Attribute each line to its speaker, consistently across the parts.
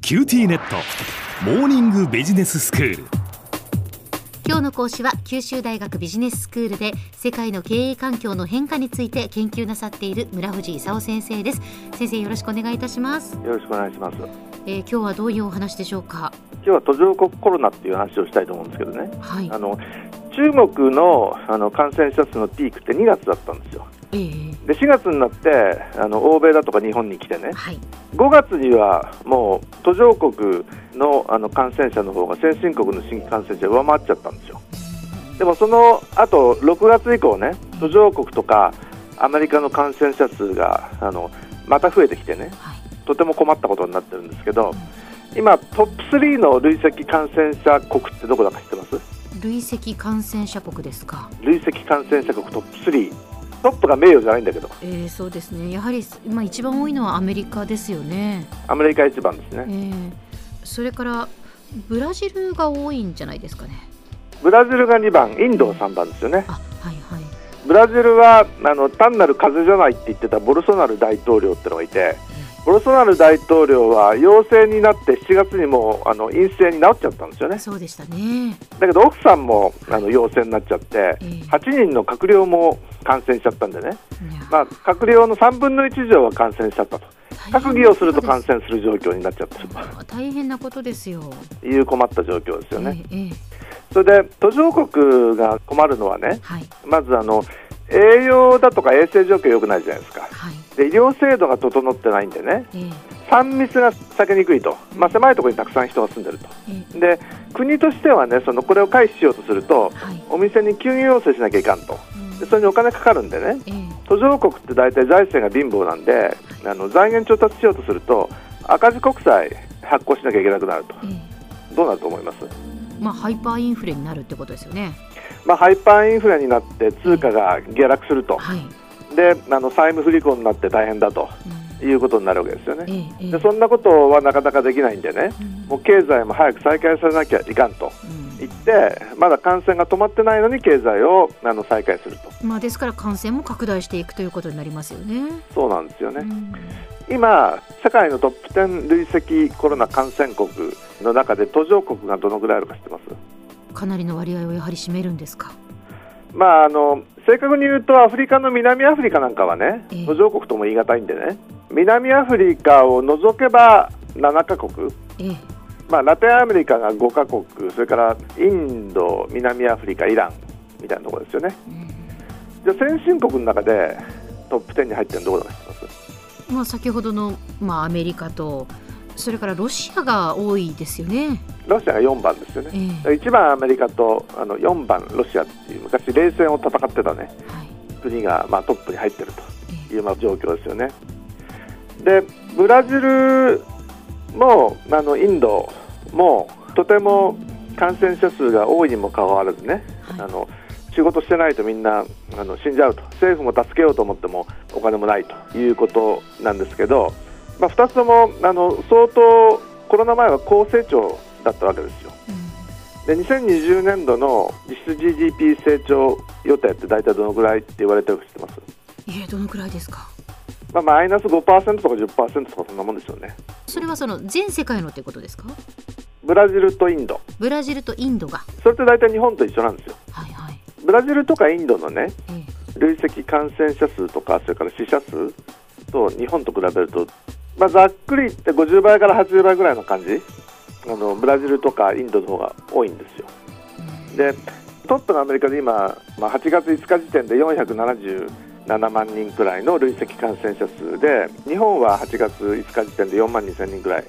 Speaker 1: キューティーネットモーニングビジネススクール
Speaker 2: 今日の講師は九州大学ビジネススクールで世界の経営環境の変化について研究なさっている村藤勲先生です先生よろしくお願いいたします、
Speaker 3: よろしくお願いします。
Speaker 2: えー、今日はどういうお話でしょうか
Speaker 3: 今日は途上国コロナっていう話をしたいと思うんですけどね。
Speaker 2: はい
Speaker 3: あの中国のあの感染者数のピークって2月だったんですよ。
Speaker 2: えー、
Speaker 3: で4月になってあの欧米だとか日本に来てね、
Speaker 2: はい
Speaker 3: 5月にはもう途上国のあの感染者の方が先進国の新規感染者を上回っちゃったんですよ。でもその後6月以降ね、途上国とかアメリカの感染者数があのまた増えてきてね、
Speaker 2: はい
Speaker 3: とても困ったことになってるんですけど今トップ3の累積感染者国ってどこだか知ってます
Speaker 2: 累積感染者国ですか
Speaker 3: 累積感染者国トップ3トップが名誉じゃないんだけど
Speaker 2: えー、そうですねやはり、まあ、一番多いのはアメリカですよね、
Speaker 3: アメリカ一番です
Speaker 2: え
Speaker 3: ね
Speaker 2: ー、それからブラジルが多いんじゃないですかね
Speaker 3: ブラジルが2番インドが3番ですよね
Speaker 2: あはいはい
Speaker 3: ブラジルはあの単なる風邪じゃないって言ってたボルソナル大統領ってのがいてボルソナル大統領は陽性になって7月にもうあの陰性になっちゃったんですよね
Speaker 2: そうでしたね
Speaker 3: だけど奥さんもあの陽性になっちゃって
Speaker 2: えー
Speaker 3: 8人の閣僚も感染しちゃったんでね
Speaker 2: いや
Speaker 3: まあ、閣僚の3分の1以上は感染しちゃったと、
Speaker 2: 大変な
Speaker 3: 閣議をすると感
Speaker 2: こ
Speaker 3: 染する状況になっちゃった
Speaker 2: とです大変なことですよ。
Speaker 3: という困った状況ですよね。
Speaker 2: ええええ
Speaker 3: それで途上国が困るのはね、
Speaker 2: はい
Speaker 3: まずあの栄養だとか衛生状況良くないじゃないですか。
Speaker 2: はい
Speaker 3: で医療制度が整ってないんでね、
Speaker 2: ええ
Speaker 3: 3密が避けにくいと、まあ、狭いところにたくさん人が住んでると、
Speaker 2: え
Speaker 3: で国としてはね、そのこれを回避しようとすると
Speaker 2: え、はい。
Speaker 3: お店に休業要請しなきゃいかんと、
Speaker 2: うん
Speaker 3: でそれにお金かかるんでね、
Speaker 2: ええ
Speaker 3: 途上国って大体財政が貧乏なんであの財源調達しようとすると赤字国債発行しなきゃいけなくなると
Speaker 2: ええ
Speaker 3: どうなると思います、
Speaker 2: まあハイパーインフレになるってことですよね。
Speaker 3: まあ、ハイパーインフレになって通貨が下落すると
Speaker 2: はい。うん
Speaker 3: であの債務不履行になって大変だということになるわけですよ
Speaker 2: え
Speaker 3: ね
Speaker 2: えええ
Speaker 3: でそんなことはなかなかできないんでね
Speaker 2: うん
Speaker 3: もう経済も早く再開されなきゃいかんと
Speaker 2: うん
Speaker 3: 言ってまだ感染が止まってないのに経済をあの再開すると
Speaker 2: まあですから感染も拡大していくということになりますよね。
Speaker 3: そうなんですよね、
Speaker 2: うん
Speaker 3: 今、世界のトップ10累積コロナ感染国の中で途上国がどのぐらいあるか知ってます、
Speaker 2: かなりの割合をやはり占めるんですか。
Speaker 3: まあ、あの正確に言うとアフリカの南アフリカなんかはね
Speaker 2: ええ
Speaker 3: 途上国とも言い難いんでね南アフリカを除けば7カ国、
Speaker 2: ええ
Speaker 3: まあ、ラテンアメリカが5カ国それからインド、南アフリカ、イランみたいなところですよね
Speaker 2: うん
Speaker 3: じゃあ先進国の中でトップ10に入ってるのどこだか知ってます
Speaker 2: まあ先ほどのまあアメリカとそれからロシアが多いですよね。
Speaker 3: ロシアが4番ですよね
Speaker 2: ええ
Speaker 3: 1番アメリカとあの4番ロシアっていう昔冷戦を戦ってたね
Speaker 2: はい。
Speaker 3: 国がまあトップに入ってると
Speaker 2: ええ
Speaker 3: いうまあ状況ですよねでブラジルもあのインドもとても感染者数が多いにもかかわらずね
Speaker 2: はい
Speaker 3: あの仕事してないとみんなあの死んじゃうと政府も助けようと思ってもお金もないということなんですけど、まあ、2つともあの相当コロナ前は高成長だったわけですよ。
Speaker 2: う
Speaker 3: で2020年度の実質 GDP 成長予定って大体どのぐらいって言われてるか知ってます、
Speaker 2: んええどのくらいですか。
Speaker 3: まあ、マイナス5%とか10%とかそんなもんでしょうね
Speaker 2: それはその全世界のってことですか
Speaker 3: ブラジルとインド
Speaker 2: ブラジルとインドが
Speaker 3: それって大体日本と一緒なんですよ
Speaker 2: はいはい、
Speaker 3: ブラジルとかインドのね
Speaker 2: え
Speaker 3: 累積感染者数とかそれから死者数と日本と比べると、まあ、ざっくり言って50倍から80倍ぐらいの感じあのブラジルとかインドの方が多いんですよ
Speaker 2: え
Speaker 3: でトップのアメリカで今、まあ、8月5日時点で477万人くらいの累積感染者数で日本は8月5日時点で4万2000人くらい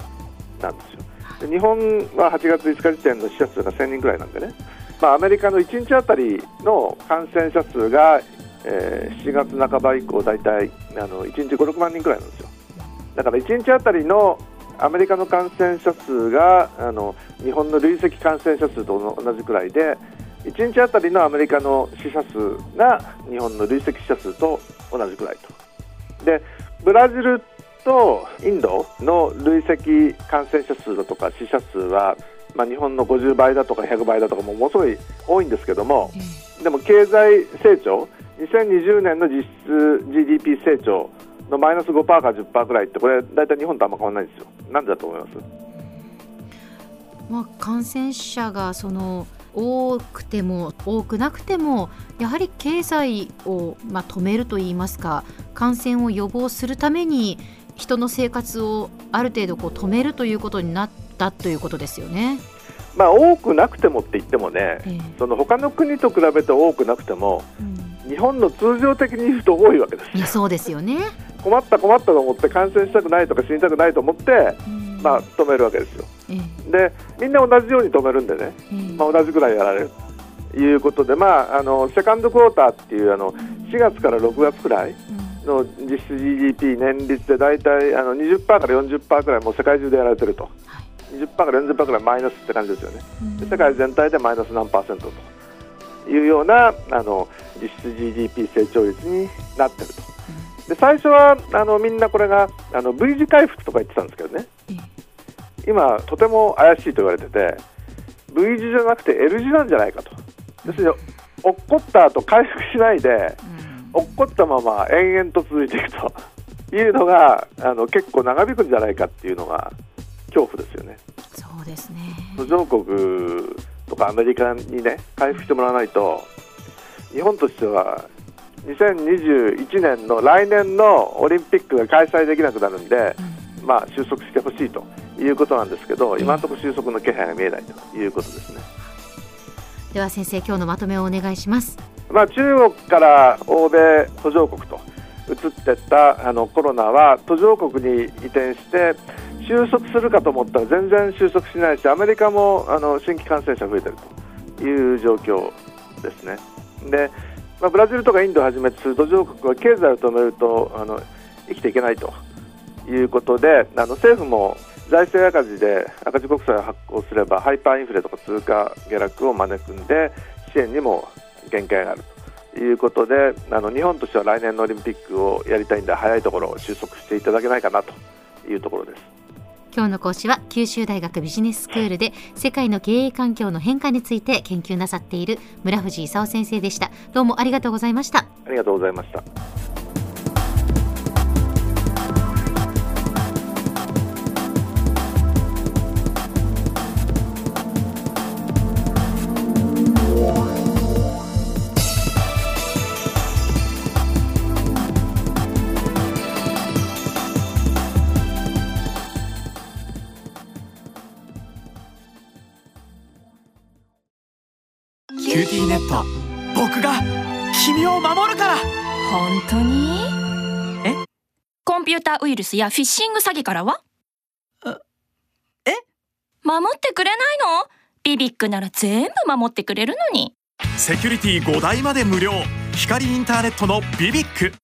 Speaker 3: なんですよで日本は8月5日時点の死者数が1000人くらいなんでね、まあ、アメリカの1日あたりの感染者数が、えー7月半ば以降大体あの1日56万人くらいなんですよだから1日あたりのアメリカの感染者数があの日本の累積感染者数と同じくらいで1日あたりのアメリカの死者数が日本の累積死者数と同じくらいと。でブラジルとインドの累積感染者数だとか死者数は、まあ、日本の50倍だとか100倍だとかもものすごい多いんですけども、
Speaker 2: え
Speaker 3: でも経済成長、2020年の実質 GDP 成長のマイナス5%か10%ぐらいって、これ、大体日本とあんま変わらないんですよ、なんでだと思います
Speaker 2: まあ、感染者がその多くても多くなくてもやはり経済を、まあ、止めるといいますか感染を予防するために人の生活をある程度こう止めるということになったということですよね。
Speaker 3: まあ、多くなくてもって言ってもね、
Speaker 2: ええ
Speaker 3: その他の国と比べて多くなくても、
Speaker 2: うん
Speaker 3: 日本の通常的に言うと多いわけで
Speaker 2: いや
Speaker 3: す。
Speaker 2: そうですよね。
Speaker 3: 困った困ったと思って、感染したくないとか死にたくないと思って、
Speaker 2: うん
Speaker 3: まあ、止めるわけですよ。
Speaker 2: ええ
Speaker 3: で、みんな同じように止めるんでね、
Speaker 2: ええ
Speaker 3: まあ、同じくらいやられるということで、まあ、あのセカンドクォーターっていうあの4月から6月くらい
Speaker 2: うん
Speaker 3: の実質 GDP 年率で大体あの20%から40%くらいもう世界中でやられてると
Speaker 2: はい
Speaker 3: 20%から40%くらいマイナスって感じですよねで世界全体でマイナス何パーセントというようなあの実質 GDP 成長率になってるとで最初はあのみんなこれがあの V 字回復とか言ってたんですけどね
Speaker 2: ええ
Speaker 3: 今とても怪しいと言われてて V 字じゃなくて L 字なんじゃないかと要するに落っこった後回復しないで
Speaker 2: うん
Speaker 3: 落っこったまま延々と 続いていくというのがあの結構長引くんじゃないかっていうのが恐怖ですよね。
Speaker 2: そうですね。
Speaker 3: 途上国とかアメリカにね回復してもらわないと日本としては2021年の来年のオリンピックが開催できなくなるんで、
Speaker 2: うん
Speaker 3: まあ、収束してほしいということなんですけど今のところ収束の気配が見えないということですね。
Speaker 2: では先生今日のまとめをお願いします。
Speaker 3: まあ、中国から欧米途上国と移ってったあのコロナは途上国に移転して収束するかと思ったら全然収束しないしアメリカもあの新規感染者増えてるという状況ですね。で、まあ、ブラジルとかインドをはじめとする途上国は経済を止めるとあの生きていけないということであの政府も財政赤字で赤字国債を発行すればハイパーインフレとか通貨下落を招くんで支援にも限界があるということであの日本としては来年のオリンピックをやりたいんで早いところ収束していただけないかなというところです。
Speaker 2: 今日の講師は九州大学ビジネススクールで世界の経営環境の変化について研究なさっている村藤勲先生でしたどうもありがとうございました
Speaker 3: ありがとうございました。
Speaker 4: キューティーネット僕が君を守るから
Speaker 5: 本当に
Speaker 4: え
Speaker 5: コンピューターウイルスやフィッシング詐欺からは
Speaker 4: え
Speaker 5: 守ってくれないのビビックなら全部守ってくれるのに
Speaker 4: セキュリティ5台まで無料光インターネットのビビック